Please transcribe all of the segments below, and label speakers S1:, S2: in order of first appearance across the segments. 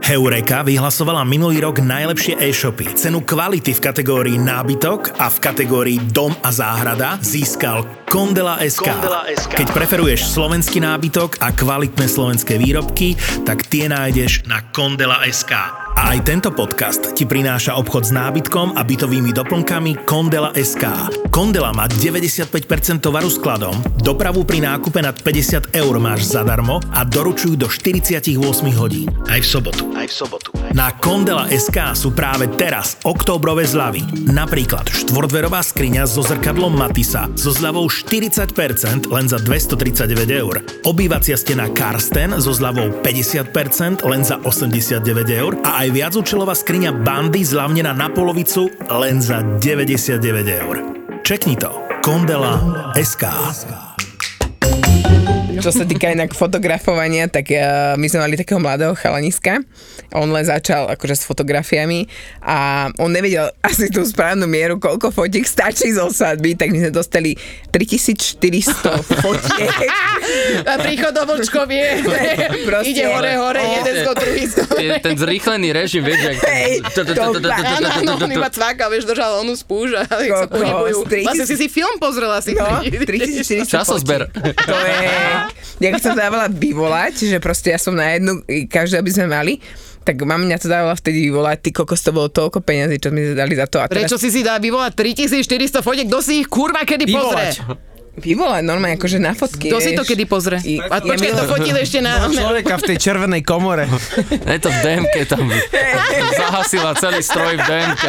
S1: Heureka vyhlasovala minulý rok najlepšie e-shopy. Cenu kvality v kategórii nábytok a v kategórii dom a záhrada získal Kondela.sk.
S2: Kondela.sk.
S1: Keď preferuješ slovenský nábytok a kvalitné slovenské výrobky, tak tie nájdeš na Kondela.sk. A aj tento podcast ti prináša obchod s nábytkom a bytovými doplnkami Kondela.sk. Kondela má 95% tovaru skladom, dopravu pri nákupe nad 50 eur máš zadarmo a doručujú do 48 hodín. Aj v sobotu.
S2: aj v sobotu.
S1: Na Kondela.sk sú práve teraz októbrové zľavy. Napríklad štvorverová skriňa so zrkadlom Matisa so zľavou 40% len za 239 eur. Obývacia stena Karsten so zľavou 50% len za 89 eur a aj viacúčelová skriňa Bandy zľavnená na polovicu len za 99 eur. Čekni to. Kondela.sk
S3: Čo sa týka inak fotografovania, tak uh, my sme mali takého mladého chalaniska. On len začal akože s fotografiami a on nevedel asi tú správnu mieru, koľko fotiek stačí zo svadby, tak my sme dostali 3400 fotiek.
S4: A príchod do vlčkovie.
S3: Proste.
S4: Ide hore, hore, jeden z druhý z
S5: Je ten zrýchlený režim, vieš, jak...
S3: Hej, to
S4: Áno, áno, on iba cvákal, vieš, držal onú spúž a ich sa
S3: Kokos,
S4: pohybujú.
S3: 3000
S4: Vlastne si si film pozrela si.
S3: No, 3400
S5: Časozber.
S3: fotiek. To je... Ja keď som dávala vyvolať, že proste ja som na jednu, každú by sme mali, tak mamiňa to dávala vtedy vyvolať, ty kokos, to bolo toľko peňazí, čo mi dali za to. A teraz
S4: Prečo si si dá vyvolať 3400 fotiek? Kto si ich kurva kedy pozrie?
S5: Vyvolať.
S3: Vyvolať normálne, akože na fotky.
S4: Kto si to
S3: vieš.
S4: kedy pozrie?
S3: I-
S4: A počkaj, to fotil ešte na...
S6: Človeka v tej červenej komore.
S5: Je to v DMK tam. Zahasila celý stroj v DMK.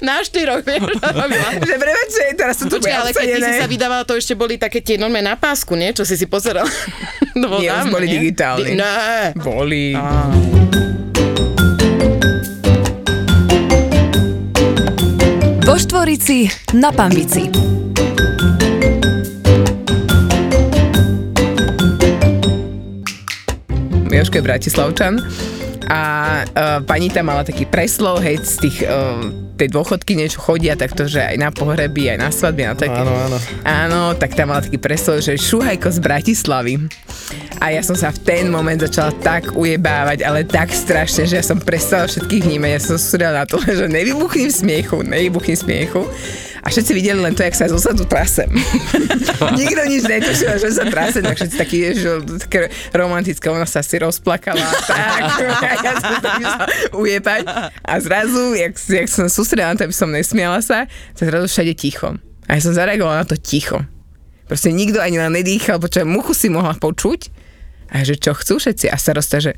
S4: Na štyroch, vieš, robila.
S3: Že prepáčte, teraz sú tu
S4: Počkaj, ale keď ty si sa
S3: obsadené.
S4: vydávala, to ešte boli také tie normálne na pásku, nie? Čo si si pozeral? To bolo
S3: Nie, už
S4: dávno,
S3: boli
S4: nie?
S3: digitálne.
S4: Di- Ne.
S3: Boli.
S7: Vo Štvorici na Pambici.
S3: Jožko je Bratislavčan a uh, pani tam mala taký preslov, hej, z tých uh, tej dôchodky niečo chodia, takto, že aj na pohreby, aj na svadby, na také.
S6: Áno, áno.
S3: Áno, tak tam mala taký preslov, že šuhajko z Bratislavy. A ja som sa v ten moment začala tak ujebávať, ale tak strašne, že ja som prestala všetkých vnímať. Ja som súdala na to, že nevybuchnem v smiechu, nevybuchnem v smiechu. A všetci videli len to, jak sa zo zadu trasem. Nikto nič netušil, že sa trasem, tak všetci takí, že také romantické, ona sa si rozplakala. Tak, a ja som to myslela ujebať. A zrazu, jak, jak som sústredila na to, aby som nesmiala sa, sa zrazu všade ticho. A ja som zareagovala na to ticho. Proste nikto ani len nedýchal, počujem, muchu si mohla počuť. A že čo chcú všetci? A starosta, že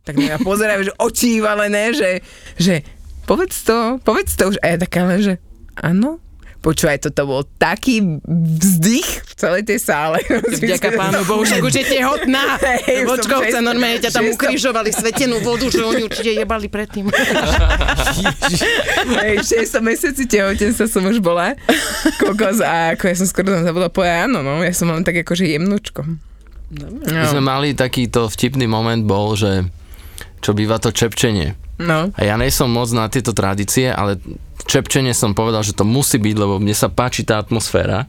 S3: tak na mňa pozerajú, že oči valené, že, že povedz to, povedz to už. A ja taká len, že áno. Počúvaj, toto bol taký vzdych v celej tej sále.
S4: Vďaka pánu Bohu, však už je tehotná.
S3: Hej, už som
S4: Vočkovce,
S3: šest-
S4: normálne ťa tam
S3: šestom-
S4: ukrižovali svetenú vodu, že oni určite jebali predtým.
S3: Hej, 6 mesiaci tehotenstva som už bola. Kokos a ako ja som skoro tam zabudla povedať, áno, no, ja som mám tak akože jemnúčko. No,
S5: My sme mali takýto vtipný moment bol, že čo býva to čepčenie.
S3: No.
S5: A ja nie som moc na tieto tradície, ale čepčenie som povedal, že to musí byť, lebo mne sa páči tá atmosféra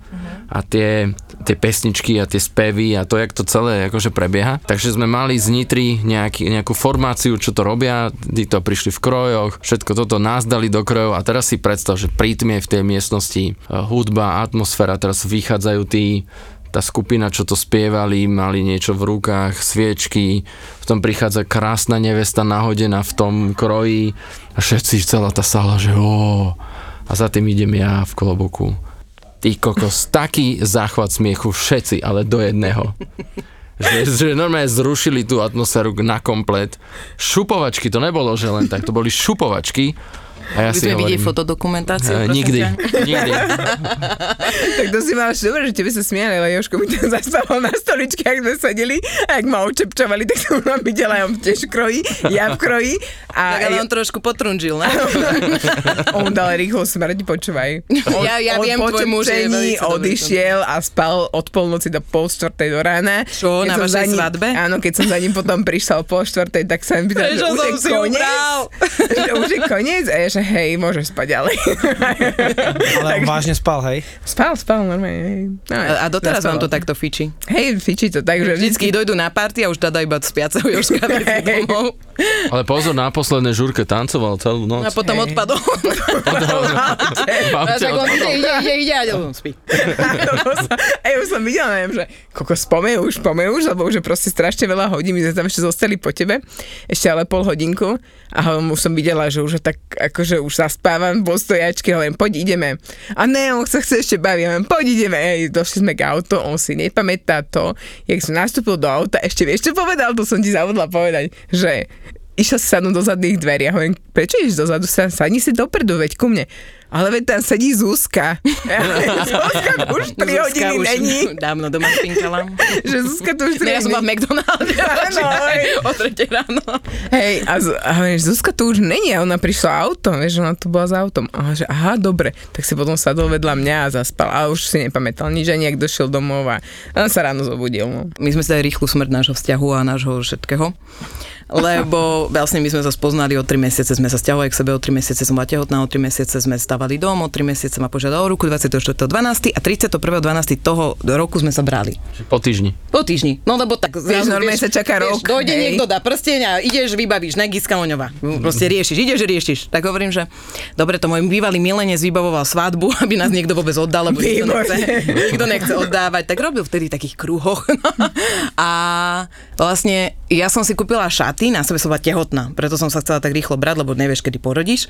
S5: a tie, tie pesničky a tie spevy a to, jak to celé akože prebieha. Takže sme mali z Nitry nejaký, nejakú formáciu, čo to robia, títo prišli v krojoch, všetko toto nás dali do krojov a teraz si predstav, že prítmie v tej miestnosti, eh, hudba, atmosféra, teraz vychádzajú tí tá skupina, čo to spievali, mali niečo v rukách, sviečky, v tom prichádza krásna nevesta nahodená v tom kroji a všetci, celá tá sala, že ó, a za tým idem ja v kloboku. Ty kokos, taký záchvat smiechu všetci, ale do jedného. Že, že normálne zrušili tú atmosféru na komplet. Šupovačky, to nebolo, že len tak, to boli šupovačky. A ja si hovorím,
S4: fotodokumentáciu?
S5: "Eh, nikdy, nikdy.
S3: Tak to si mal ešte dobre, že tebe sa smiali, ale Joško mi tam zastával na stoličke, ak sme sedeli a ak ma očepčovali, tak som ma videla, ja v tiež kroji, ja v kroji a
S4: Tak ale on trošku potrunžil, ne?
S3: on dal rýchlo smrť, počúvaj. On,
S4: Ja- ja
S3: on
S4: viem,
S3: po
S4: tvoj muž je
S3: tepčení
S4: veľmi dobrý.
S3: odišiel a spal od polnoci do pol štvrtej do rána.
S4: Čo, na
S3: som
S4: vašej
S3: za ním,
S4: svadbe?
S3: Áno, keď som za ním potom prišla o pol štvrtej, tak sa mi pýtal, že
S4: Prečo
S3: už
S4: som
S3: je
S4: si
S3: koniec?
S4: ubral?
S3: Že už je koniec? A ja, že hej, môžem spať ďalej.
S6: Ale on vážne spal, hej?
S3: spal, spal normálne. hej. No,
S4: A, a doteraz
S3: zaspal.
S4: vám to takto fičí.
S3: Hej, fičí to tak, že
S4: Vždycky dojdú na party a už dada iba spiaceho Jožka vezú
S3: Hej.
S4: domov.
S5: Ale pozor, na posledné žurke tancoval celú
S4: A
S5: noc.
S4: potom
S3: Hej.
S4: odpadol.
S5: V
S4: A
S5: aute
S4: tak on
S5: odpadol.
S4: ide, ide, ide, ide, a on spí.
S3: Lebo sa- A ja už som videla, neviem, že koko, spomej už, spomej už, lebo už je proste strašne veľa hodín, my sme tam ešte zostali po tebe, ešte ale pol hodinku a ho- už som videla, že už ho tak, akože už zaspávam po stojačke, hovorím, poď ideme. A ne, on sa chce ešte baviť, hovorím, poď ideme. Ej, došli sme k auto, on si nepamätá to, jak som nastúpil do auta, ešte vieš, čo povedal, to som ti zavodla povedať, že išiel si sadnúť do zadných dverí. Ja hovorím, prečo ideš dozadu? Sa- Sadni si dopredu, veď ku mne. Ale veď tam sedí Zuzka. Ja hovorím, Zuzka tu už 3
S4: Zuzka
S3: hodiny
S4: už
S3: není.
S4: Dávno doma spinkala.
S3: Že Zuzka tu už 3
S4: Ne, ja som bola v
S3: hodiny.
S4: McDonald's.
S3: Áno, hej.
S4: o tretej ráno.
S3: Hej, a, Z- a hovorím, že Zuzka tu už není. A ona prišla autom, vieš, ona tu bola za autom. A že aha, dobre. Tak si potom sadol vedľa mňa a zaspal. A už si nepamätal nič, ani ak došiel domov a a on sa ráno zobudil. No.
S4: my sme si dali rýchlu smrť nášho vzťahu a nášho všetkého. Lebo vlastne my sme sa spoznali, o 3 mesiace sme sa stiahovali k sebe, o 3 mesiace som bola tehotná, o 3 mesiace sme stavali dom, o 3 mesiace ma požiadal o ruku 24.12. a 31.12. toho roku sme sa brali.
S5: Po týždni.
S4: Po týždni. No lebo tak...
S3: Vieš, normálne sa čaká rok,
S4: Dojde
S3: hej.
S4: niekto, dá prsteň a ideš, vybavíš, ne, Giska Oňová. Proste riešiš, ideš, riešiš. Tak hovorím, že dobre, to môj bývalý milenec vybavoval svadbu, aby nás niekto vôbec oddal, lebo nikto
S3: Výborne.
S4: nechce, nikto nechce oddávať. Tak robil vtedy v takých kruhoch. No. a vlastne ja som si kúpila šaty, na sebe som bola tehotná, preto som sa chcela tak rýchlo brať, lebo nevieš, kedy porodíš.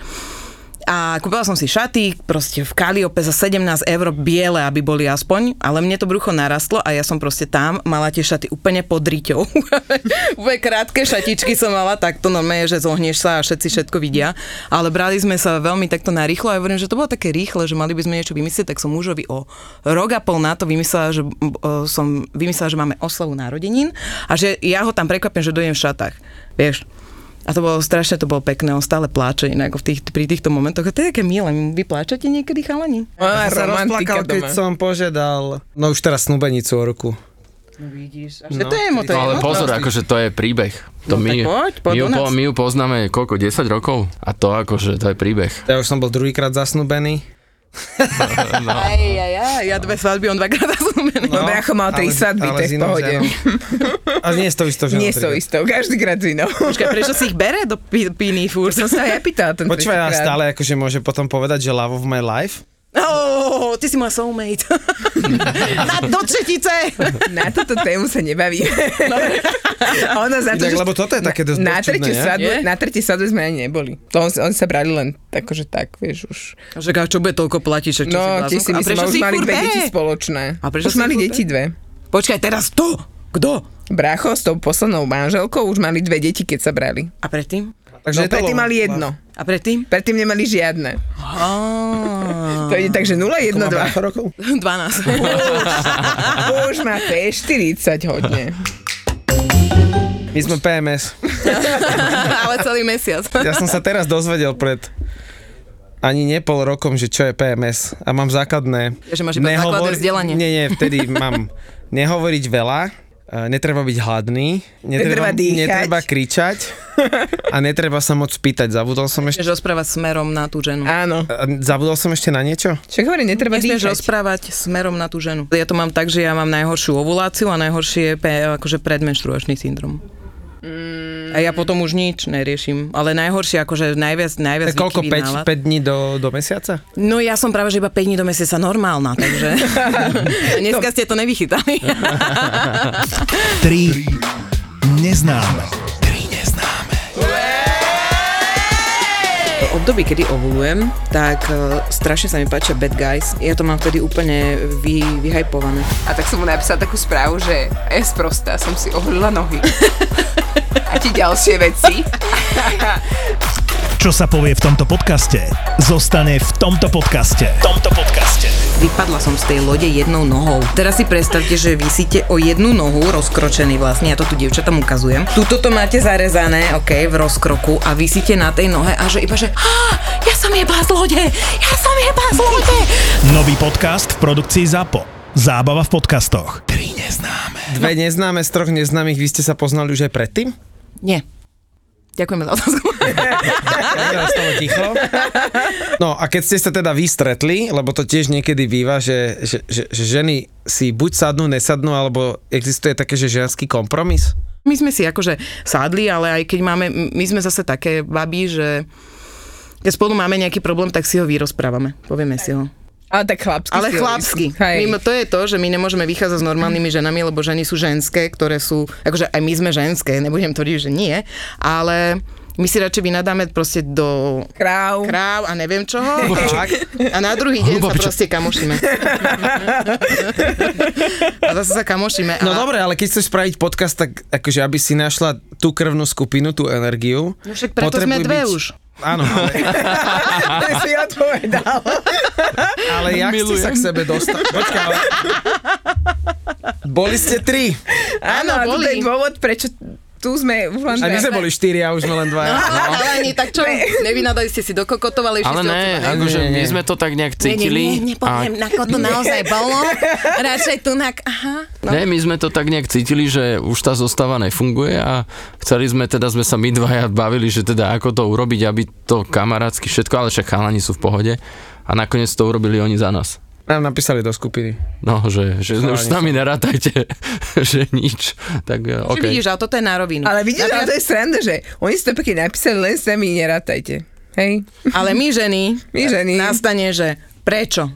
S4: A kúpila som si šaty, proste v Kaliope za 17 eur biele, aby boli aspoň, ale mne to brucho narastlo a ja som proste tam mala tie šaty úplne pod riťou. úplne krátke šatičky som mala, tak to normálne, že zohneš sa a všetci všetko vidia. Ale brali sme sa veľmi takto narýchlo a ja hovorím, že to bolo také rýchle, že mali by sme niečo vymyslieť, tak som mužovi o rok a pol na to vymyslela, že, mm, o, som vymyslela, že máme oslavu narodenín a že ja ho tam prekvapím, že dojem v šatách. Vieš, a to bolo strašne, to bolo pekné, on stále pláče inak v tých, pri týchto momentoch. A to je také milé, vy pláčete niekedy chalani?
S3: Ona
S6: Ja som sa
S3: romantika
S6: rozplakal, keď
S3: doma.
S6: som požiadal, no už teraz snúbenicu o ruku.
S4: No vidíš, až no, to je emo, to
S5: No
S4: je
S5: ale
S4: emo.
S5: pozor, akože to je príbeh. To
S4: No tak
S5: my,
S4: poď, poď
S5: my, ju,
S4: u nás.
S5: po- my ju poznáme koľko, 10 rokov? A to akože, to je príbeh.
S6: Ja už som bol druhýkrát zasnúbený.
S4: Aj, aj, aj, ja dve svadby, on dvakrát zasúbený.
S3: No, brácho mal tri
S6: ale-
S3: svadby,
S6: ale
S3: to je
S6: s
S3: v
S6: inou
S3: pohode.
S6: ženou. A nie je to isto, že
S3: Nie sú istou, každý krát s inou.
S4: Počkaj, prečo si ich bere do pi- piny furt?
S3: Som sa aj ja pýtala ten
S6: Počúvaj, a
S3: tretíkrát.
S6: stále akože môže potom povedať, že love of my life.
S4: Oh, ty si moja soulmate. Na, do tretice.
S3: Na túto tému sa nebaví. Ona za to,
S6: Inak,
S3: že-
S6: lebo toto je také dosť
S3: na, na
S6: dosť čudné,
S3: tretiu
S6: nie?
S3: svadbu,
S4: Je?
S3: na tretí svadbe sme ani neboli. To on, on sa brali len tak, že tak, vieš už.
S4: Že čo bude toľko platiť, že čo
S3: No, tie si
S4: A
S3: myslím,
S4: prečo
S3: už
S4: si ich
S3: mali
S4: furt
S3: dve
S4: bere?
S3: deti spoločné.
S4: A prečo
S3: už
S4: si ich
S3: mali
S4: furt
S3: deti dve.
S4: Počkaj, teraz to. Kto?
S3: Brácho s tou poslednou manželkou už mali dve deti, keď sa brali.
S4: A predtým?
S3: No,
S6: Takže je to
S3: predtým
S6: love-
S3: mali
S6: love.
S3: jedno.
S4: A predtým?
S3: Predtým nemali žiadne.
S4: Ah.
S3: To ide tak, že 0, 1, 2.
S6: Koľko rokov?
S4: 12.
S3: Už máte 40 hodne.
S6: My sme PMS.
S4: Ale celý mesiac.
S6: Ja som sa teraz dozvedel pred ani nie pol rokom, že čo je PMS a mám základné.
S4: Ja, že máš iba základné vzdelanie.
S6: Nie, nie, vtedy mám nehovoriť veľa, e, netreba byť hladný,
S3: Netreba
S6: netreba,
S3: dýchať.
S6: netreba kričať a netreba sa moc pýtať. Zabudol som ešte,
S4: Nesmieš rozprávať smerom na tú ženu.
S3: Áno.
S6: a zabudol som ešte na niečo?
S3: Čo hovorím, netreba
S4: Nesmieš
S3: dýchať.
S4: rozprávať smerom na tú ženu. Ja to mám tak, že ja mám najhoršiu ovuláciu a najhoršie pe- akože predmenštruačný syndrom.
S3: Mm.
S4: A ja potom už nič neriešim. Ale najhoršie, akože najviac, najviac
S6: Tak koľko,
S4: výkyvy nálad.
S6: 5, 5 dní do, do mesiaca?
S4: No ja som práve, že iba 5 dní do mesiaca normálna, takže dneska ste to nevychytali.
S1: 3 neznáme. 3 neznáme.
S2: V období, kedy ovulujem, tak e, strašne sa mi páčia bad guys. Ja to mám vtedy úplne vy, vyhypované.
S8: A tak som mu napísala takú správu, že je sprostá, som si oholila nohy. A ti ďalšie veci.
S1: Čo sa povie v tomto podcaste, zostane v tomto podcaste. V tomto podcaste.
S4: Vypadla som z tej lode jednou nohou. Teraz si predstavte, že vysíte o jednu nohu, rozkročený vlastne, ja to tu dievčatám ukazujem. Tuto to máte zarezané, ok, v rozkroku a vysíte na tej nohe a že iba, že "Á, ja som jebla z lode, ja som jebla z lode.
S1: Nový podcast v produkcii ZAPO. Zábava v podcastoch. 3 neznáme.
S6: No. Dve neznáme z troch neznámych, vy ste sa poznali už aj predtým?
S4: Nie. Ďakujeme za otázku.
S6: Zostalo ticho. No a keď ste sa teda vy stretli, lebo to tiež niekedy býva, že, že, že, že ženy si buď sadnú, nesadnú, alebo existuje také, že ženský kompromis?
S4: My sme si akože sádli, ale aj keď máme, my sme zase také baby, že keď spolu máme nejaký problém, tak si ho vyrozprávame. Povieme si ho.
S3: Ale tak chlapsky. si
S4: Ale
S3: hovoríš.
S4: chlapsky.
S3: Hej.
S4: Mimo to je to, že my nemôžeme vychádzať s normálnymi ženami, lebo ženy sú ženské, ktoré sú, akože aj my sme ženské, nebudem tvrdiť, že nie, ale my si radšej vynadáme proste do
S3: Kráv.
S4: kráv a neviem čoho. A na druhý deň sa
S5: Hlubopičo.
S4: proste kamošíme. A zase sa kamošíme.
S6: No
S4: a...
S6: dobre, ale keď chceš spraviť podcast, tak akože aby si našla tú krvnú skupinu, tú energiu.
S4: No však preto sme
S6: potrebuj
S4: dve
S6: byť-
S4: už.
S6: Áno, ale,
S3: To si odpovedal.
S6: ale jak ste sa k sebe dostať? Počkaj, ale... Boli ste tri.
S3: Áno, a toto je
S4: boli.
S3: dôvod, prečo tu sme v
S6: A my sme boli štyri a už sme len dva.
S4: No. Ale ani tak čo, nevynadali ste si dokokotovali, išli
S5: Ale
S4: ste
S5: ne,
S4: odsuba,
S5: akože
S6: Nie, nie,
S5: my
S6: nie.
S5: sme to tak nejak cítili. a-
S4: ako to naozaj bolo. Radšej tu na... Aha.
S5: Ne, my sme to tak nejak cítili, že už tá zostava nefunguje a chceli sme, teda sme sa my dvaja bavili, že teda ako to urobiť, aby to kamarátsky všetko, ale však chalani sú v pohode a nakoniec to urobili oni za nás.
S6: Nám napísali do skupiny.
S5: No, že, že
S6: Chalani
S5: už s nami nerátajte, že nič. Tak eh,
S4: Okay.
S5: OK.
S4: Vidíš, ale toto je na rovinu.
S3: Ale vidíš, ale to je sranda, že oni si to pekne napísali, len sami nerátajte. Hej.
S4: Ale my ženy,
S3: My ženy.
S4: nastane, že prečo?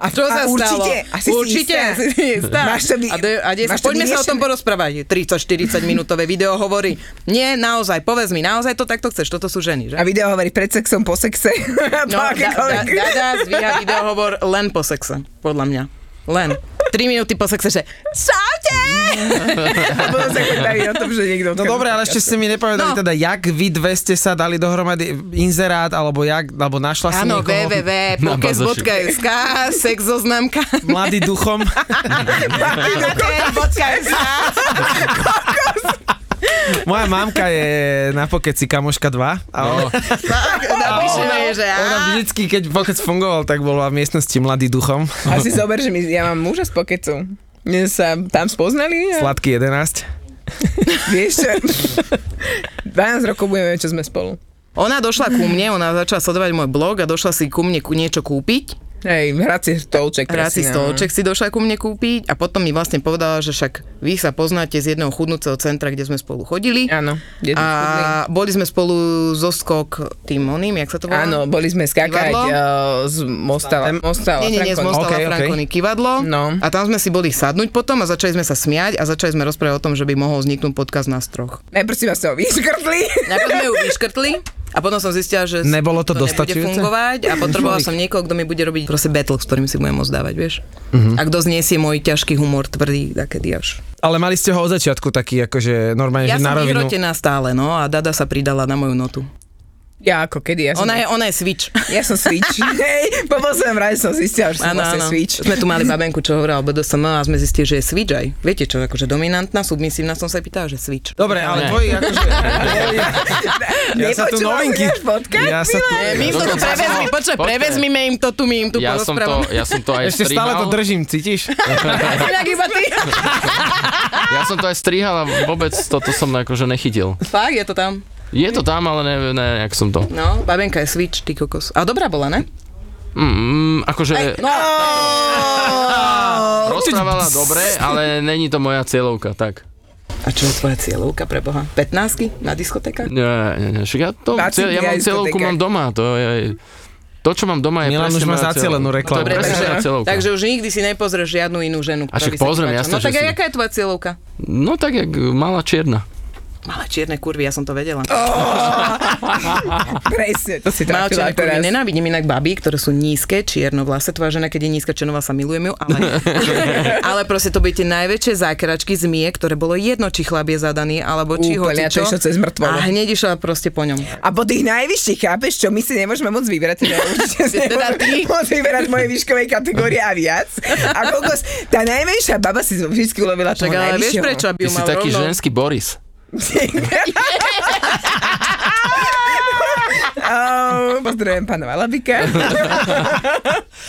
S4: A čo
S3: a
S4: sa stalo?
S3: určite, asi si
S4: určite,
S3: istá.
S4: asi si istá.
S3: Máš to by-
S4: a, de, a de,
S3: máš to
S4: poďme sa o
S3: vyriešené.
S4: tom porozprávať. 30-40 minútové video hovorí. Nie, naozaj, povedz mi, naozaj to takto chceš, toto sú ženy, že?
S3: A video hovorí pred sexom, po sexe. po
S4: No, da, da,
S3: akékoľvek.
S4: Dada zvíha videohovor len po sexe, podľa mňa. Len. 3 minúty po sexe, že Čaute!
S3: Mm. A potom sa chytajú na tom, že niekto...
S6: No dobre, ale ešte ste mi nepovedali
S4: No.
S6: teda, jak vy dve ste sa dali dohromady inzerát, alebo jak, alebo našla si
S4: Áno,
S6: niekoho
S4: www.pokes.sk sex zoznamka
S6: mladý duchom.
S4: pokes.sk
S6: Moja mamka je na pokeci kamoška 2 a ona,
S4: Napíšeme, že á.
S6: ona vždycky, keď pokec fungoval, tak bola v miestnosti mladý duchom.
S3: Asi zober, že my, ja mám muža z pokecu. My sa tam spoznali a
S6: Sladký 11.
S3: vieš čo? 12 rokov budeme, čo sme spolu.
S4: Ona došla ku mne, ona začala sledovať môj blog a došla si ku mne ku niečo kúpiť.
S3: Hej, hrací stolček.
S4: Hrací
S3: presne, no.
S4: stolček si došla ku mne kúpiť a potom mi vlastne povedala, že však vy sa poznáte z jedného chudnúceho centra, kde sme spolu chodili.
S3: Áno, kde sme chodili.
S4: A boli sme spolu zo skok tým oným, jak sa to volá?
S3: Áno, boli sme skákať
S4: Divadlo?
S3: uh, z Mostala. Mostala no.
S4: Nie, nie, nie, z
S3: Frankon.
S4: Mostala
S6: Okej,
S4: okay,
S6: okej.
S4: Frankony kivadlo.
S3: No.
S4: A tam sme si boli sadnúť potom a začali sme sa smiať a začali sme rozprávať o tom, že by mohol vzniknúť podcast na stroch.
S3: Najprv si vás to vyškrtli.
S4: Najprv sme ju vyškrtli a potom som zistila, že
S6: Nebolo to
S4: nebude
S6: dostačujúce?
S4: fungovať a potrebovala som niekoho, kto mi bude robiť proste battle, s ktorým si budem môcť dávať, vieš. Uh-huh.
S6: Mhm.
S4: A kto zniesie môj ťažký humor tvrdý, takedy až.
S6: Ale mali ste ho od začiatku taký, akože normálne,
S4: Ja
S6: že na
S4: som
S6: rovinu.
S4: vyhrotená stále, no a Dada sa pridala na moju notu.
S3: Ja ako kedy, ja som...
S4: Ona je, ona je switch.
S3: Ja som switch. Hej, po poslednom rade som zistila, že som
S4: Áno,
S3: vlastne
S4: áno.
S3: switch.
S4: Sme tu mali babenku, čo hovorila o BDSM a sme zistili, že je switch aj. Viete čo, akože dominantná, submisívna som sa pýtala, že switch.
S6: Dobre, ale tvoji, akože... ja sa
S3: Nepočula si
S6: tu novinky.
S3: náš podcast,
S6: Ja sa tu...
S4: My to tu
S5: Dokonca
S4: prevezmi,
S5: som-
S4: počkaj,
S5: počkaj.
S4: prevezmime im to tu, my im tu
S5: Ja som, to, ja som to aj
S6: Ešte stále to
S5: strihal.
S6: držím, cítiš?
S4: Inak iba ty.
S5: Ja som to aj strihal a vôbec toto som akože nechytil.
S4: Fakt, je to tam.
S5: Je to tam, ale ne, ne, jak som to.
S4: No, babenka je switch, ty kokos. A dobrá bola, ne?
S5: Mm, mm, akože...
S4: No,
S5: Rozprávala dobre, ale není to moja cieľovka, tak.
S4: a čo je tvoja cieľovka pre Boha? 15 na diskotékach?
S5: Nie, nie, nie, však ja, to,
S3: Práci
S5: cieľ, ja mám
S3: diaľ
S5: cieľovku,
S3: diskotéka.
S5: mám doma, to je... To, čo mám doma, je
S6: Milan
S5: presne
S6: už má
S5: moja
S6: zacielenú
S5: cieľovka.
S6: reklamu.
S5: To je presne
S4: takže,
S5: moja cieľovka.
S4: takže už nikdy si nepozrieš žiadnu inú ženu. ktorá
S5: A však
S4: by sa ti
S5: pozriem,
S4: páčila.
S5: jasné,
S4: No tak aj
S5: že si-
S4: aká je tvoja cieľovka?
S5: No tak, jak malá čierna.
S4: Malé čierne kurvy, ja som to vedela.
S3: Presne, to si trafila
S4: Malé čierne kurvy,
S3: teraz.
S4: nenávidím inak baby, ktoré sú nízke, čiernovlase. Tvoja žena, keď je nízka čiernová, sa milujem ju, ale, ale proste to boli tie najväčšie zákračky zmie, ktoré bolo jedno, či chlap je zadaný, alebo či ho
S3: Úplne, a to išlo cez mŕtvolu.
S4: A hneď išla proste po ňom.
S3: A po tých najvyšších, chápeš, čo my si nemôžeme moc vyberať, teda ja určite si
S4: Teda
S3: nemôžem
S4: ty.
S3: moc vyberať moje výškovej kategórie a viac. A kokos, tá najmenšia baba si vždy ulovila
S4: Tak
S3: toho
S4: ale vieš
S3: najvyššieho.
S4: prečo, aby
S5: Ty
S4: ju
S5: si
S4: mal
S5: taký
S4: rovno?
S5: ženský Boris.
S3: Au, Pozdravujem pána Valabika.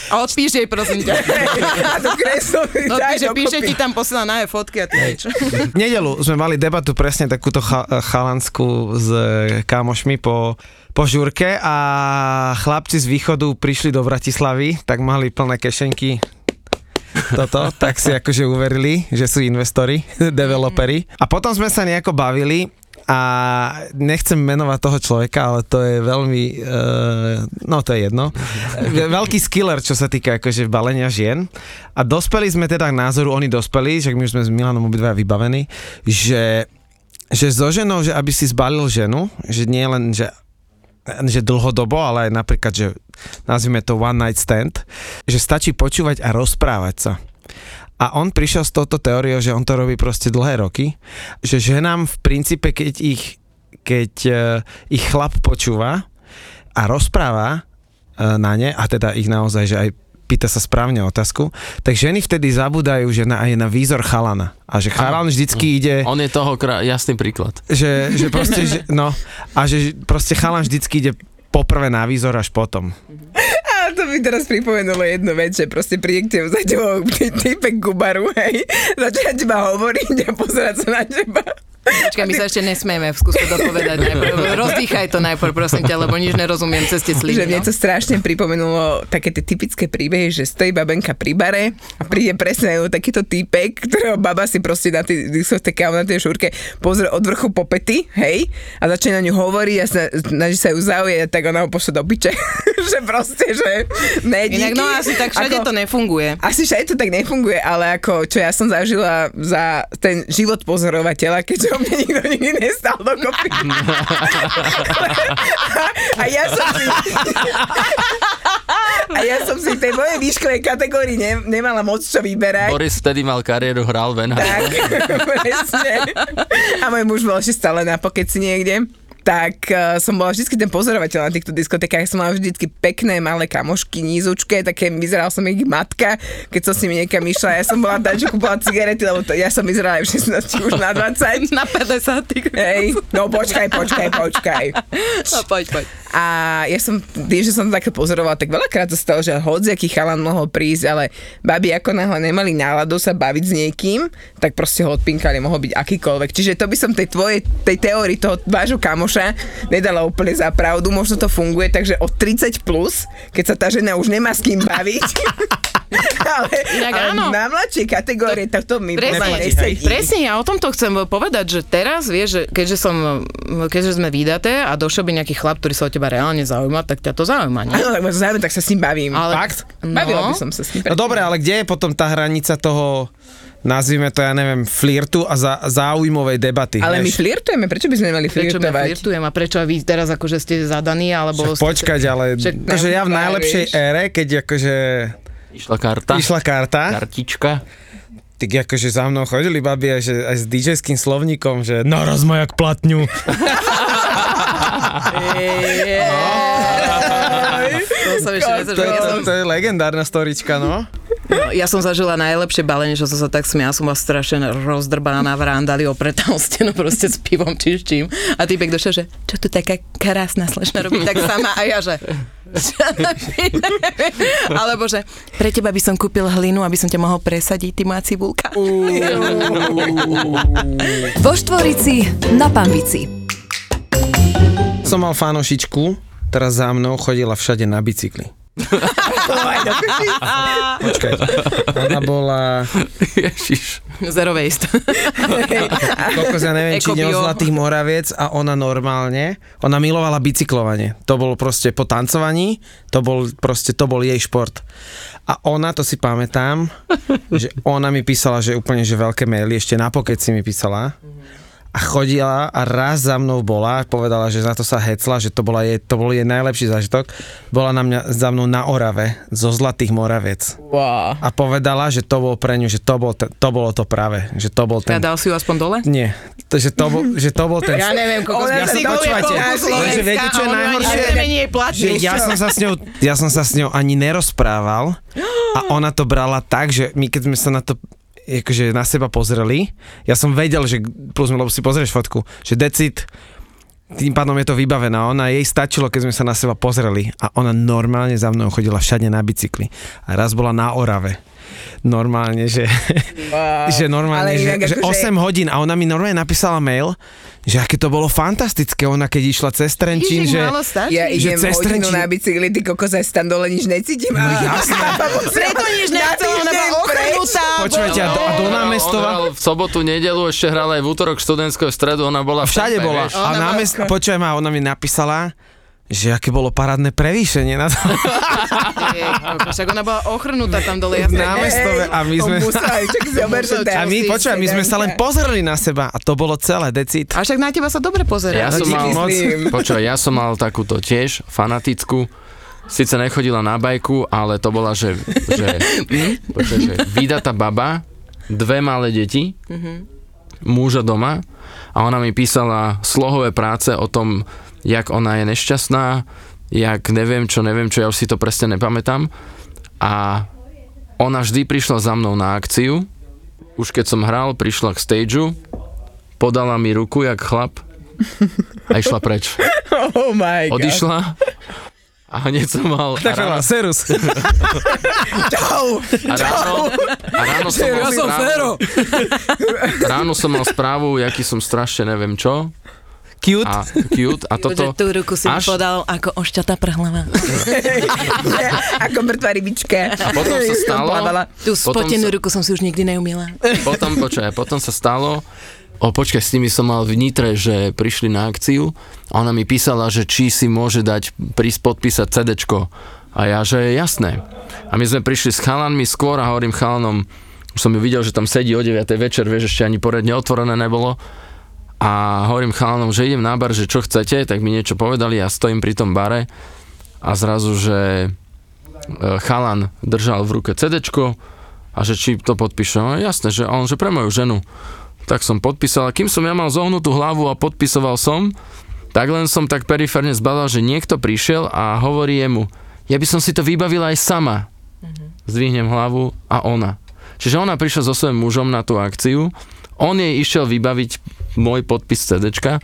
S4: A odpíš jej, prosím ťa.
S3: A to kreslo mi daj
S4: Odpíše, No, píše
S3: dokopy.
S4: ti tam, posiela na fotky a ty nič.
S6: V nedelu sme mali debatu presne takúto cha- chalanskú s e, kámošmi po, po žurke a chlapci z východu prišli do Bratislavy, tak mali plné kešenky toto, tak si akože uverili, že sú investori, developeri. A potom sme sa nejako bavili a nechcem menovať toho človeka, ale to je veľmi, uh, no to je jedno, Ve- veľký skiller, čo sa týka akože balenia žien. A dospeli sme teda k názoru, oni dospeli, že my už sme s Milanom obidva vybavení, že, že so ženou, že aby si zbalil ženu, že nie len, že že dlhodobo, ale aj napríklad, že nazvime to one night stand, že stačí počúvať a rozprávať sa. A on prišiel s touto teóriou, že on to robí proste dlhé roky, že ženám v princípe, keď ich, keď eh, ich chlap počúva a rozpráva eh, na ne, a teda ich naozaj, že aj pýta sa správne otázku, tak ženy vtedy zabúdajú, že na, aj na výzor chalana. A že chalan vždycky ide
S5: On je toho krá- jasný príklad.
S6: že, že proste, že, no, a že proste chalan vždycky ide poprvé na výzor až potom.
S3: A to mi teraz pripomenulo jednu vec, že proste príde k tebe za tebou ty- typek gubaru, hej, začne na teba hovoriť a pozerať sa na teba.
S4: Počkaj, my sa ešte nesmieme v skúsku dopovedať najprv. Rozdýchaj to najprv, prosím ťa, lebo nič nerozumiem cez
S3: Že
S4: tie sliny.
S3: mne to strašne pripomenulo také tie typické príbehy, že stojí babenka pri bare a príde presne ju takýto typek, ktorého baba si proste na tej diskotéke alebo na tej šúrke pozrie od vrchu po pety, hej, a začne na ňu hovoriť a sna- snaží sa ju zaujať, tak ona ho pošle do piče. že proste, že ne, díky.
S4: Inak, no asi tak všade
S3: Ako-
S4: to nefunguje.
S3: Asi všade to tak nefunguje, ale ako čo ja som zažila za ten život pozorovateľa, keďže o mne nikto nikdy nestal dokopy. a, a ja som si... A ja som si v tej mojej výškovej kategórii ne, nemala moc čo vyberať.
S5: Boris vtedy mal kariéru, hral v NHL.
S3: Tak, presne. A môj muž bol ešte stále na pokeci niekde tak uh, som bola vždycky ten pozorovateľ na týchto diskotékách, som mala vždycky pekné malé kamošky, nízučké, také vyzerala som ich matka, keď som s nimi niekam išla, ja som bola tá, čo kúpala cigarety, lebo to, ja som vyzerala aj v 16 už na 20.
S4: Na 50.
S3: Hej, no počkaj, počkaj, počkaj.
S4: No poď, poď.
S3: A ja som, tým, že som to takto pozorovala, tak veľakrát sa stalo, že hodzaký chalan mohol prísť, ale babi ako náhle nemali náladu sa baviť s niekým, tak proste ho odpinkali, mohol byť akýkoľvek. Čiže to by som tej tvojej, tej teórii toho vášho kamoša nedala úplne za pravdu, možno to funguje, takže od 30 plus, keď sa tá žena už nemá s kým baviť, ale,
S4: Inak
S3: ale
S4: áno.
S3: na mladšej kategórie to, toto mi podľa mňa
S4: Presne,
S3: nesedí.
S4: presne, ja o tomto chcem povedať, že teraz, vieš, že keďže, som, keďže sme vydaté a došiel by nejaký chlap, ktorý sa o teba reálne zaujíma, tak ťa to zaujíma, nie?
S3: Áno, tak ma to zaujíma, tak sa s ním bavím.
S4: Ale-
S6: Fakt?
S3: Bavila
S4: No.
S3: by som sa s ním.
S6: No dobre, ale kde je potom tá hranica toho, nazvime to, ja neviem, flirtu a za, záujmovej debaty?
S3: Ale my
S6: vieš?
S3: flirtujeme, prečo by sme nemali
S4: Prečo ja
S3: flirtovať?
S4: flirtujem a prečo aj vy teraz akože ste zadaní, alebo...
S6: Však Počkať, ale
S4: Však
S6: že ja v
S3: nemusíš,
S6: najlepšej
S3: vieš.
S6: ére, keď akože
S5: Išla karta.
S6: išla karta,
S5: Kartička.
S6: tak akože za mnou chodili babi aj, že, aj s DJ-ským slovníkom, že no rozmajak platňu.
S4: No, To som ešte
S6: to,
S4: nezažila.
S6: je-
S4: Ja
S6: to,
S4: som,
S6: to je legendárna storička, no.
S4: ja som zažila najlepšie balenie, že som sa tak smiala, som bola strašne rozdrbaná v randali, opretá o stenu proste s pivom či s čím. A týpek došiel, že čo tu taká krásna slečna robí tak sama a ja, že čo na pine? Alebo že pre teba by som kúpil hlinu, aby som ťa mohol presadiť, ty moja cibulka.
S7: Vo Štvorici na Pambici.
S6: Som mal fanošičku, teraz za mnou chodila všade na bicykli. Počkaj, ona bola,
S5: Ježiš.
S4: Zero waste.
S6: koľko ja neviem, či nie od
S4: Ekobio.
S6: Zlatých Moraviec a ona normálne, ona milovala bicyklovanie. To bolo proste po tancovaní, to bol proste, to bol jej šport. A ona, to si pamätám, že ona mi písala, že úplne, že veľké maily, ešte na pokec si mi písala. a chodila a raz za mnou bola, povedala, že na to sa hecla, že to, bola jej, to bol jej najlepší zážitok, bola na mňa, za mnou na Orave, zo Zlatých Moravec.
S3: Wow.
S6: A povedala, že to bol pre ňu, že to, bol ten, to bolo to práve, že to bol
S4: Ja
S6: ten...
S4: dal si ju aspoň dole?
S6: Nie, to, že, to bol, že to bol ten...
S4: Ja neviem,
S3: Ona
S4: koľko
S6: Ja
S3: sa
S6: si
S3: dole
S6: počúvate,
S3: pol
S6: že viete, čo je najhoršie? Že ja som, sa s ňou, ja som sa s ňou ani nerozprával a ona to brala tak, že my keď sme sa na to akože na seba pozreli, ja som vedel, že plus, lebo si pozrieš fotku, že decit, Tým pádom je to vybavená. Ona jej stačilo, keď sme sa na seba pozreli a ona normálne za mnou chodila všade na bicykli. A raz bola na Orave. Normálne, že, že normálne,
S3: Ale
S6: že,
S3: inak
S6: že
S3: akože-
S6: 8 hodín a ona mi normálne napísala mail, že aké to bolo fantastické, ona keď išla cez Trenčín, že...
S4: málo stačí.
S3: Ja idem
S6: cez
S3: hodinu
S6: Trenčín-
S3: na bicykli, ty kokos aj tam dole nič necítim. No
S6: jasné.
S3: Preto nič
S4: nechcela, ona bola ochrnutá.
S6: Počúvajte, a do, a do námestova...
S5: On hral v sobotu, nedelu, ešte hral aj v útorok, študentského stredu, ona bola v
S6: Všade
S5: tempe,
S6: bola.
S5: vieš.
S6: A námest... Počujem, a ona mi napísala, že aké bolo parádne prevýšenie na tom
S4: Je, ako, Však ona bola ochrnutá tam dole.
S6: v
S4: jasné.
S6: námestove. A my sme... A my, počujem, my sme sa len pozreli na seba a to bolo celé, decit.
S4: A však na teba sa dobre pozerá.
S5: Ja som
S6: ti
S5: mal,
S6: myslím.
S5: počúvaj, ja som mal takúto tiež, fanatickú, Sice nechodila na bajku, ale to bola, že, že, počkaj, že vydatá baba, dve malé deti, muža doma a ona mi písala slohové práce o tom, jak ona je nešťastná, jak neviem čo, neviem čo, ja už si to presne nepamätám. A ona vždy prišla za mnou na akciu, už keď som hral, prišla k stageu, podala mi ruku, jak chlap, a išla preč.
S3: Oh my god.
S5: Odišla a hneď som mal... A
S6: Takže bola,
S5: ráno,
S6: serus.
S5: a ráno, a ráno som mal správu, ráno som mal správu, jaký som strašne neviem čo.
S6: Cute.
S5: A cute. A toto...
S4: tú ruku si
S5: až-
S4: až... podal ako ošťatá prhlava.
S3: Ako mŕtva rybička. A
S5: potom sa stalo-
S4: Tú
S5: Potom
S4: spotenú
S5: sa-
S4: ruku som si už nikdy neumiela.
S5: Potom, počkaj, potom sa stalo, o počkaj, s nimi som mal v Nitre, že prišli na akciu a ona mi písala, že či si môže dať prísť podpísať CDčko. A ja, že je jasné. A my sme prišli s chalanmi skôr a hovorím chalanom, už som ju videl, že tam sedí o 9. večer, vieš, ešte ani poriadne otvorené nebolo. A hovorím chalanom, že idem na bar, že čo chcete, tak mi niečo povedali a ja stojím pri tom bare a zrazu, že e, chalan držal v ruke CDčko a že či to podpíšem. A jasné, že a on, že pre moju ženu. Tak som podpísal. A kým som ja mal zohnutú hlavu a podpisoval som, tak len som tak periférne zbadal, že niekto prišiel a hovorí jemu, ja by som si to vybavila aj sama. Zdvihnem hlavu a ona. Čiže ona prišla so svojím mužom na tú akciu, on jej išiel vybaviť môj podpis CDčka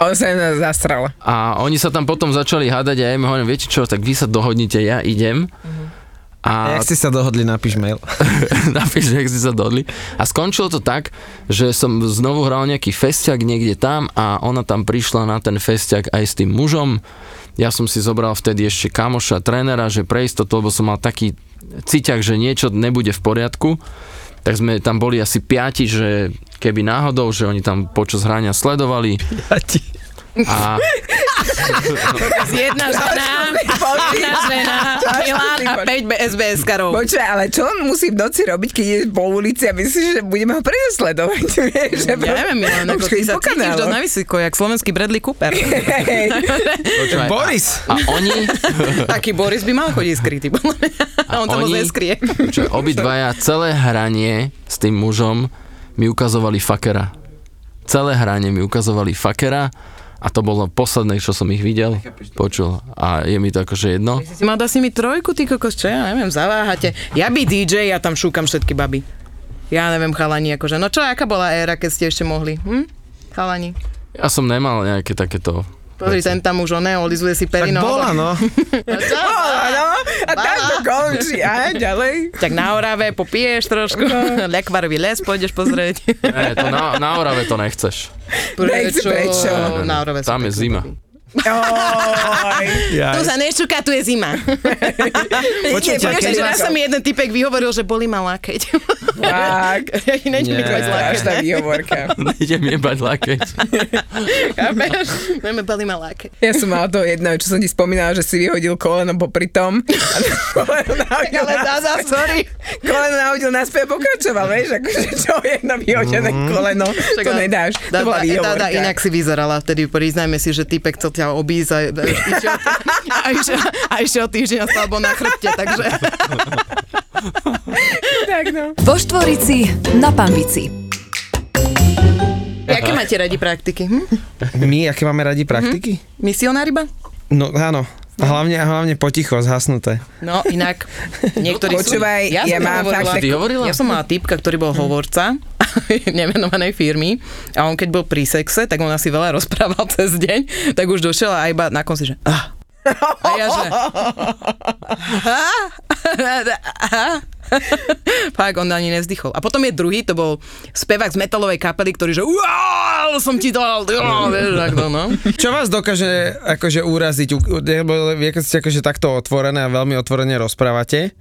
S3: On sa nás zastral.
S5: a oni sa tam potom začali hádať a ja im hovorím, viete čo, tak vy sa dohodnite, ja idem. A
S6: A jak ste sa dohodli, napíš mail.
S5: napíš, jak si sa dohodli. A skončilo to tak, že som znovu hral nejaký festiak niekde tam a ona tam prišla na ten festiak aj s tým mužom. Ja som si zobral vtedy ešte kamoša, trénera, že pre istotu, lebo som mal taký ciťak, že niečo nebude v poriadku. Tak sme tam boli asi piati, že keby náhodou, že oni tam počas hrania sledovali. A
S4: Jedna žena, jedna žena, Milan a 5 SBS karov.
S3: Počkaj, ale čo on musí v noci robiť, keď je po ulici a myslíš, že budeme ho prenasledovať? vieš, že
S4: Ja
S3: proste-
S4: neviem, Milan, ako
S3: Už
S4: ty
S3: chodí
S4: sa
S3: po
S4: cítiš
S3: kanáloch.
S4: dosť na vysoko, jak slovenský Bradley Cooper.
S3: Hej.
S5: počúvaj,
S6: Boris!
S5: a oni,
S4: Taký Boris by mal chodiť skrytý, podľa mňa. A on sa moc
S5: oni-
S4: neskrie.
S5: Čo, obidvaja celé hranie s tým mužom mi ukazovali fakera. Celé hranie mi ukazovali fakera a to bolo posledné, čo som ich videl, počul. A je mi to akože jedno.
S4: Si mal dať s nimi trojku, ty kokos, čo ja neviem, zaváhate. Ja by DJ, ja tam šúkam všetky baby. Ja neviem, chalani, akože, no čo, aká bola éra, keď ste ešte mohli? Hm? Chalani.
S5: Ja som nemal nejaké takéto...
S4: Pozri, ten tam už oné, olizuje si
S6: Tak
S4: perino.
S6: bola, no.
S3: Áno, a tam to končí. A ďalej.
S4: Tak na Orave popiješ trošku, lekvarový les pôjdeš pozrieť.
S5: Ne, to na, na Orave to nechceš.
S3: Nechci, prečo?
S4: No, Na Orave sú
S5: Tam je
S4: pekné
S5: zima.
S4: baby.
S3: Oj.
S4: Tu sa nešuká, tu je zima.
S6: Počujte,
S4: Ja,
S6: a
S4: že
S6: keď,
S4: raz sa mi jeden typek vyhovoril, že boli ma lakeť.
S3: Tak.
S4: Ináč mi
S6: Nie.
S4: kvôli lakeť.
S3: Strašná výhovorka.
S5: Idem jebať lakeť.
S4: Chápeš? Vieme, boli ma lakeť.
S3: Ja som mala toho jedného, čo som ti spomínala, že si vyhodil koleno popri tom. A to koleno nahodil
S4: Ale
S3: na-
S4: Zaza, sorry.
S3: Koleno nahodil naspäť a pokračoval, vieš, akože čo jedno vyhodené koleno, to
S4: ale-
S3: nedáš. To bola výhovorka.
S4: Dáda inak si vyzerala vtedy, priznajme si, že typek chcel ťa obísť a, a, išiel- a, išiel, a išiel týždeň a slabo na chrbte, takže...
S3: Tak no.
S7: Vo Štvorici na Pambici.
S4: Jaké máte radi praktiky? Hm?
S3: Mhm.
S6: my, aké máme radi praktiky?
S4: Misionáriba?
S6: No áno. A hlavne, a hlavne poticho, zhasnuté.
S4: No inak, niektorí sú...
S3: Počúvaj, ja
S4: som
S3: mám Hm.
S4: hovorila-
S5: fakt Ty takú- hovorila?
S4: Ja som mala typka, ktorý bol hovorca nemenovanej firmy a on keď bol pri sexe, tak on asi veľa rozprával cez deň, tak už došiel a iba na konci, že... Ah. A ja že... Fakt, on ani nevzdychol. A potom je druhý, to bol spevák z metalovej kapely, ktorý že "Uáááá, som ti dal, uááá," vieš, takto, no.
S6: Čo vás dokáže akože uraziť, U- u- lebo vy, keď ste akože takto otvorené a veľmi otvorene rozprávate?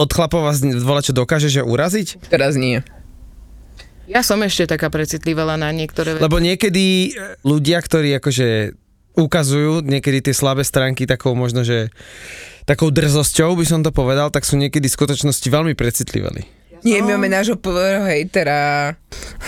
S6: Od chlapov vás volá, čo dokáže, že uraziť?
S3: Teraz nie.
S4: Ja som ešte taká precitlivá na niektoré veci.
S6: Lebo niekedy e, ľudia, ktorí akože ukazujú niekedy tie slabé stránky takou možno, že takou drzosťou by som to povedal, tak sú niekedy v skutočnosti veľmi precitlivaní.
S3: Nie,
S4: No.
S3: my máme nášho prvého hejtera.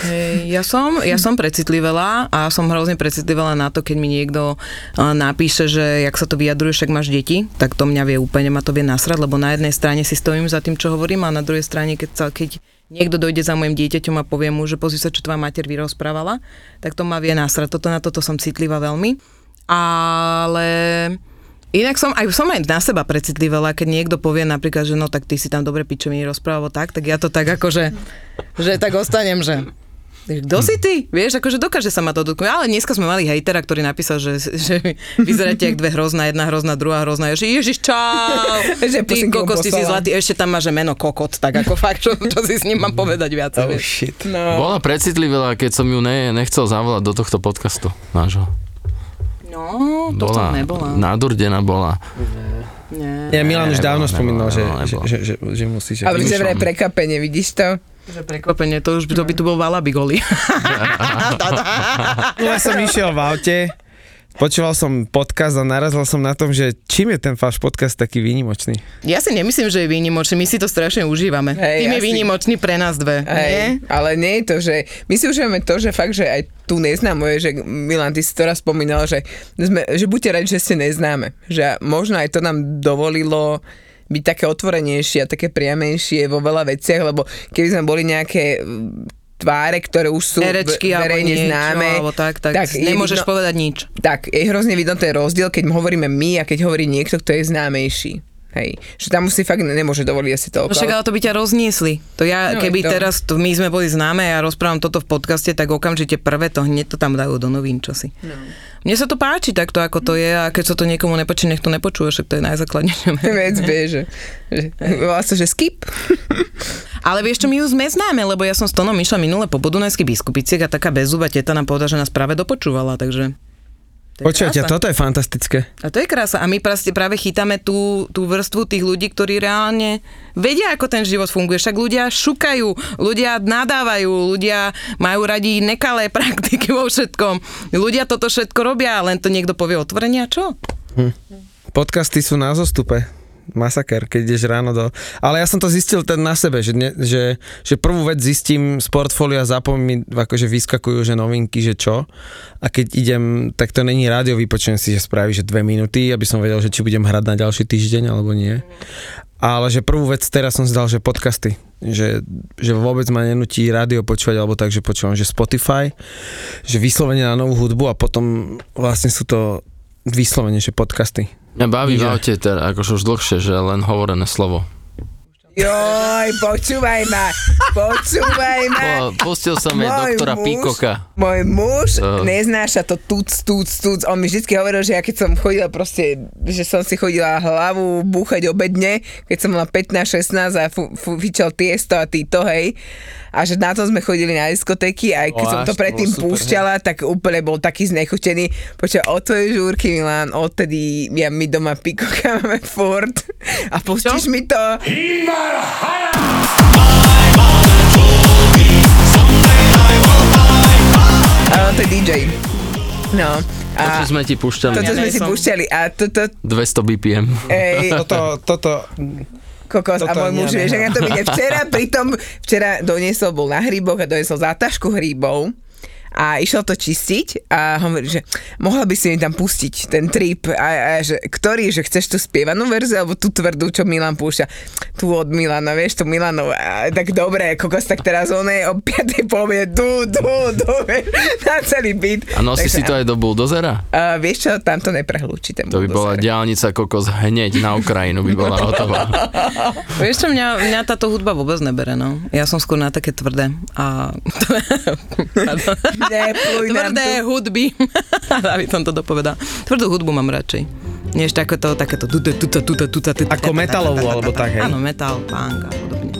S4: Hej, Ja som, ja som precitlivela a som hrozne precitlivela na to, keď mi niekto eh, napíše, že jak sa to vyjadruje, však máš deti, tak to mňa vie úplne, ma to vie nasrať, lebo na jednej strane si stojím za tým, čo hovorím a na druhej strane, keď, sa, keď niekto dojde za mojim dieťaťom a povie mu, že pozri sa, čo tvoja mater vyrozprávala, tak to ma vie nasrať. Toto na toto som citlivá veľmi. Ale Inak som aj, som aj na seba precitlivela, keď niekto povie napríklad, že no tak ty si tam dobre pičoviny rozprával tak, tak ja to tak akože, že tak ostanem, že kto si ty? Vieš, akože dokáže sa ma to dotknúť. Ale dneska sme mali hejtera, ktorý napísal, že, že vyzeráte jak dve hrozná, jedna hrozná, druhá hrozná. Ja, že ježiš, čau!
S3: Že
S4: ty
S3: pusinky mu
S4: kokos, ty si
S3: poslala.
S4: zlatý, ešte tam má, že meno kokot, tak ako fakt, čo, čo si s ním mám povedať viacej.
S6: Oh
S4: vieš.
S6: shit.
S5: Bola precitlivá, keď som ju ne, nechcel zavolať do tohto podcastu nášho.
S4: No, to
S5: Bola,
S4: som nebola.
S5: nadurdená bola.
S4: Nie.
S6: Ja Milan už dávno
S5: Nebolo,
S6: spomínal, že,
S5: nebolo,
S6: že,
S5: nebolo.
S6: že, že, že musí, že...
S3: Ale že
S5: Vymýšľam.
S3: vraj prekapenie, vidíš to?
S4: Že prekvapenie, to už by, to by tu bol Vala Bigoli.
S6: Ja som išiel v aute, počúval som podcast a narazil som na tom, že čím je ten váš podcast taký výnimočný?
S4: Ja si nemyslím, že je výnimočný, my si to strašne užívame.
S3: Hej,
S4: Hej, Tým je
S3: asi.
S4: výnimočný pre nás dve.
S3: Hej, ale nie je to, že my si užívame to, že fakt, že aj tu neznámo je, že Milan, ty si to raz spomínal, že, sme, že buďte radi, že ste neznáme. Že možno aj to nám dovolilo byť také otvorenejšie a také priamejšie vo veľa veciach, lebo keby sme boli nejaké mm, tváre, ktoré už sú v-
S4: Erečky alebo
S3: verejne
S4: niečo,
S3: známe.
S4: alebo tak, tak, tak
S3: je
S4: nemôžeš
S3: vidno-
S4: povedať nič.
S3: Tak, je hrozne vidno ten rozdiel, keď hovoríme my a keď hovorí niekto, kto je známejší. Hej, že tam si fakt nemôže dovoliť asi toľko.
S4: No však ale to by ťa rozniesli. To
S3: No,
S4: ja, no,
S3: je
S4: keby
S3: to.
S4: to. teraz t- my sme boli známe a ja rozprávam toto v podcaste, tak okamžite prvé to hneď to tam dajú do novín čosi. No. Mne sa to páči takto, ako to je a keď sa to niekomu nepáči, nech to nepočuje, však to je najzákladnejšie.
S3: vec beže. Že, volá sa, že skip.
S4: Ale vieš čo, my ju sme známe, lebo ja som s Tonom išla minule po Bodunajský biskupiciek a taká bezúba teta nám povedala, že nás práve dopočúvala, takže... to je
S6: Počujete,
S4: krása.
S6: toto je fantastické.
S4: A to je krása. A my proste práve chytáme tú, tú vrstvu tých ľudí, ktorí reálne vedia, ako ten život funguje. Však ľudia šukajú, ľudia nadávajú, ľudia majú radi nekalé praktiky vo všetkom. Ľudia toto všetko robia, len to niekto povie otvorenia, čo?
S6: Podcasty sú na zostupe. Masaker, keď ideš ráno do... Ale ja som to zistil ten na sebe, že, ne, že, že prvú vec zistím z portfólia, zapom mi akože vyskakujú, že novinky, že čo. A keď idem, tak to není rádio, vypočujem si, že spraví, že dve minúty, aby som vedel, že či budem hrať na ďalší týždeň alebo nie. Ale že prvú vec teraz som si dal, že podcasty. Že, že vôbec ma nenutí rádio počúvať, alebo tak, že počúvam, že Spotify, že vyslovene na novú hudbu a potom vlastne sú to vyslovene, že podcasty.
S5: Mňa baví v
S6: Ide.
S5: aute, teda, akože už dlhšie, že len hovorené slovo.
S3: Joj, počúvaj ma, počúvaj ma.
S5: Po, pustil som jej
S3: Môj
S5: doktora
S3: muž-
S5: Píkoka.
S3: Môj muž
S5: Oh.
S3: neznáša to tuc, tuc, tuc. On mi vždy hovoril, že ja keď som chodila proste, že som si chodila hlavu búchať obedne, keď som mala 15-16 a fu, fu, fičal tiesto a títo, hej. A že na to sme chodili na diskotéky, aj keď
S5: O,
S3: som
S5: až
S3: to
S5: to bolo
S3: predtým
S5: super, hej.
S3: púšťala, tak úplne bol taký znechutený. Počkaj, od tvojej žúrky, Milan, odtedy ja, my doma Píkoka máme Ford a pustíš mi to. A on to je DJ. No. A
S5: Čo sme ti púšťali?
S3: toto sme si
S4: som-
S3: púšťali a toto,
S5: 200 BPM.
S3: ej,
S6: Toto, toto,
S3: kokos a
S6: toto
S3: môj
S6: ani
S3: muž,
S6: ja
S3: vieš, ak
S6: nemám.
S3: na to ide včera, pritom včera doniesol, bol na hríboch a doniesol zátažku hríbov a išiel to čistiť a hovorí, že mohla by si mi tam pustiť ten trip a, a že ktorý, že chceš tú spievanú verziu alebo tú tvrdú, čo Milan púšťa. Tu od Milana, vieš, tu Milanov. A, tak dobre, kokos, tak teraz on je o 5. povie tu, tu, tu, vieš, na celý byt.
S5: A nosíš si to aj do Bulldozera?
S3: Uh, vieš čo, tam to neprehlúči ten
S5: To by bola
S3: buldozer.
S5: diálnica kokos hneď na Ukrajinu by bola hotová.
S4: Vieš čo, mňa, mňa táto hudba vôbec nebere, no. Ja som skôr na také tvrdé. A...
S3: Nepluj nám
S4: tvrdé
S3: tu.
S4: hudby. Aby som to dopovedal. Tvrdú hudbu mám radšej. Než takéto, takéto tuta, tuta, tuta, tuta, tuta,
S6: Ako
S4: tuta,
S6: metalovú,
S4: tuta,
S6: alebo
S4: tuta,
S6: tak, hej?
S4: Áno, metal, punk a podobne.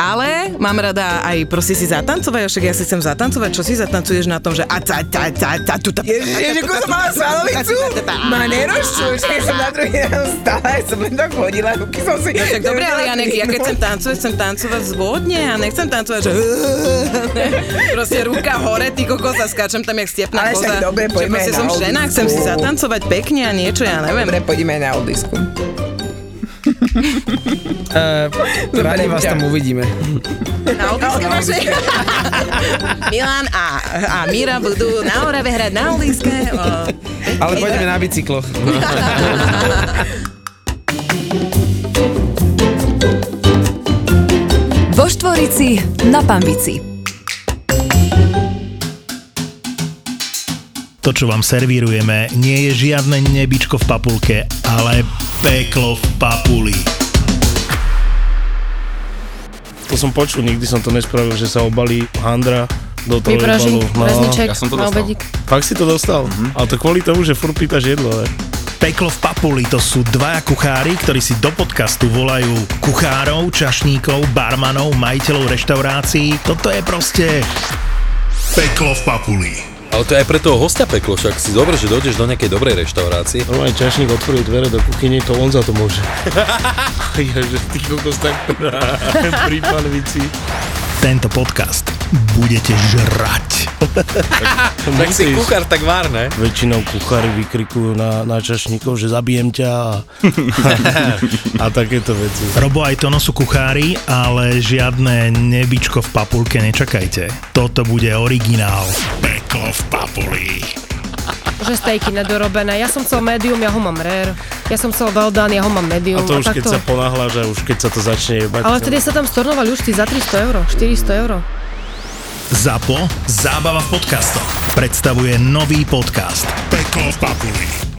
S4: Ale mám rada aj proste si zatancovať, však ja si chcem zatancovať, čo si zatancuješ na tom, že a ta, ta, ta, ta, tuta,
S3: Ježiš, ako som mala svalovicu, ma nerozčuj, že som na druhý deň stála, ja som len tak hodila, ruky som si... no.
S4: No tak dobre, ale ja, ne, ja keď chcem tancovať, chcem tancovať zvodne a nechcem tancovať, že proste ruka hore, ty kokos a skáčem tam jak
S3: Ale
S4: stiepná
S3: však
S4: koza.
S3: dobre,
S4: Že
S3: poďme
S4: proste
S3: na
S4: som žena,
S3: obisku.
S4: chcem si zatancovať pekne a niečo, ja neviem.
S3: Dobre, poďme na odisku.
S6: Uh, radi vás tam uvidíme.
S4: Na odliske máš Milan a, a Mira budú na Orave hrať na odliske.
S6: Ale pôjdeme na bicykloch.
S7: Vo Štvorici na Pambici.
S1: To, čo vám servírujeme, nie je žiadne nebičko v papulke, ale peklo v papuli.
S9: To som počul, nikdy som to nespravil, že sa obalí handra do toho
S10: Vypražím
S9: balu.
S10: väzniček
S5: ja som to
S10: na
S5: dostal. Mhm.
S10: obedík.
S9: fakt si to dostal. Ale to kvôli tomu, že furt pýtaš jedlo. Ne?
S1: Peklo v papuli to sú dva kuchári, ktorí si do podcastu volajú kuchárov, čašníkov, barmanov, majiteľov reštaurácií. Toto je proste peklo v papuli.
S11: Ale to je aj pre toho hostia peklo, však si dobre, že dojdeš do nejakej dobrej reštaurácie.
S9: Normálne čašník otvoril dvere do kuchyne, to on za to môže. ja, že ty kokos tak pri panvici.
S1: Tento podcast budete žrať.
S11: Tak si kuchár tak vár, ne?
S9: Väčšinou kuchári vykrikujú na, na čašníkov, že zabijem ťa a, a takéto veci.
S1: Robo aj Tono sú kuchári, ale žiadne nebičko v papulke nečakajte. Toto bude originál. Peklo v papuli.
S10: že stejky nedorobené. Ja som chcel medium, ja ho mám rare. Ja som chcel well done, ja ho mám medium.
S9: A to už keď
S10: takto.
S9: sa ponáhľa, že už keď sa to začne jebať.
S10: Ale vtedy sa tam stornovali už tí za 300 euro, 400 euro.
S1: ZAPO. Zábava v podcastoch. Predstavuje nový podcast. Peklo v papuli.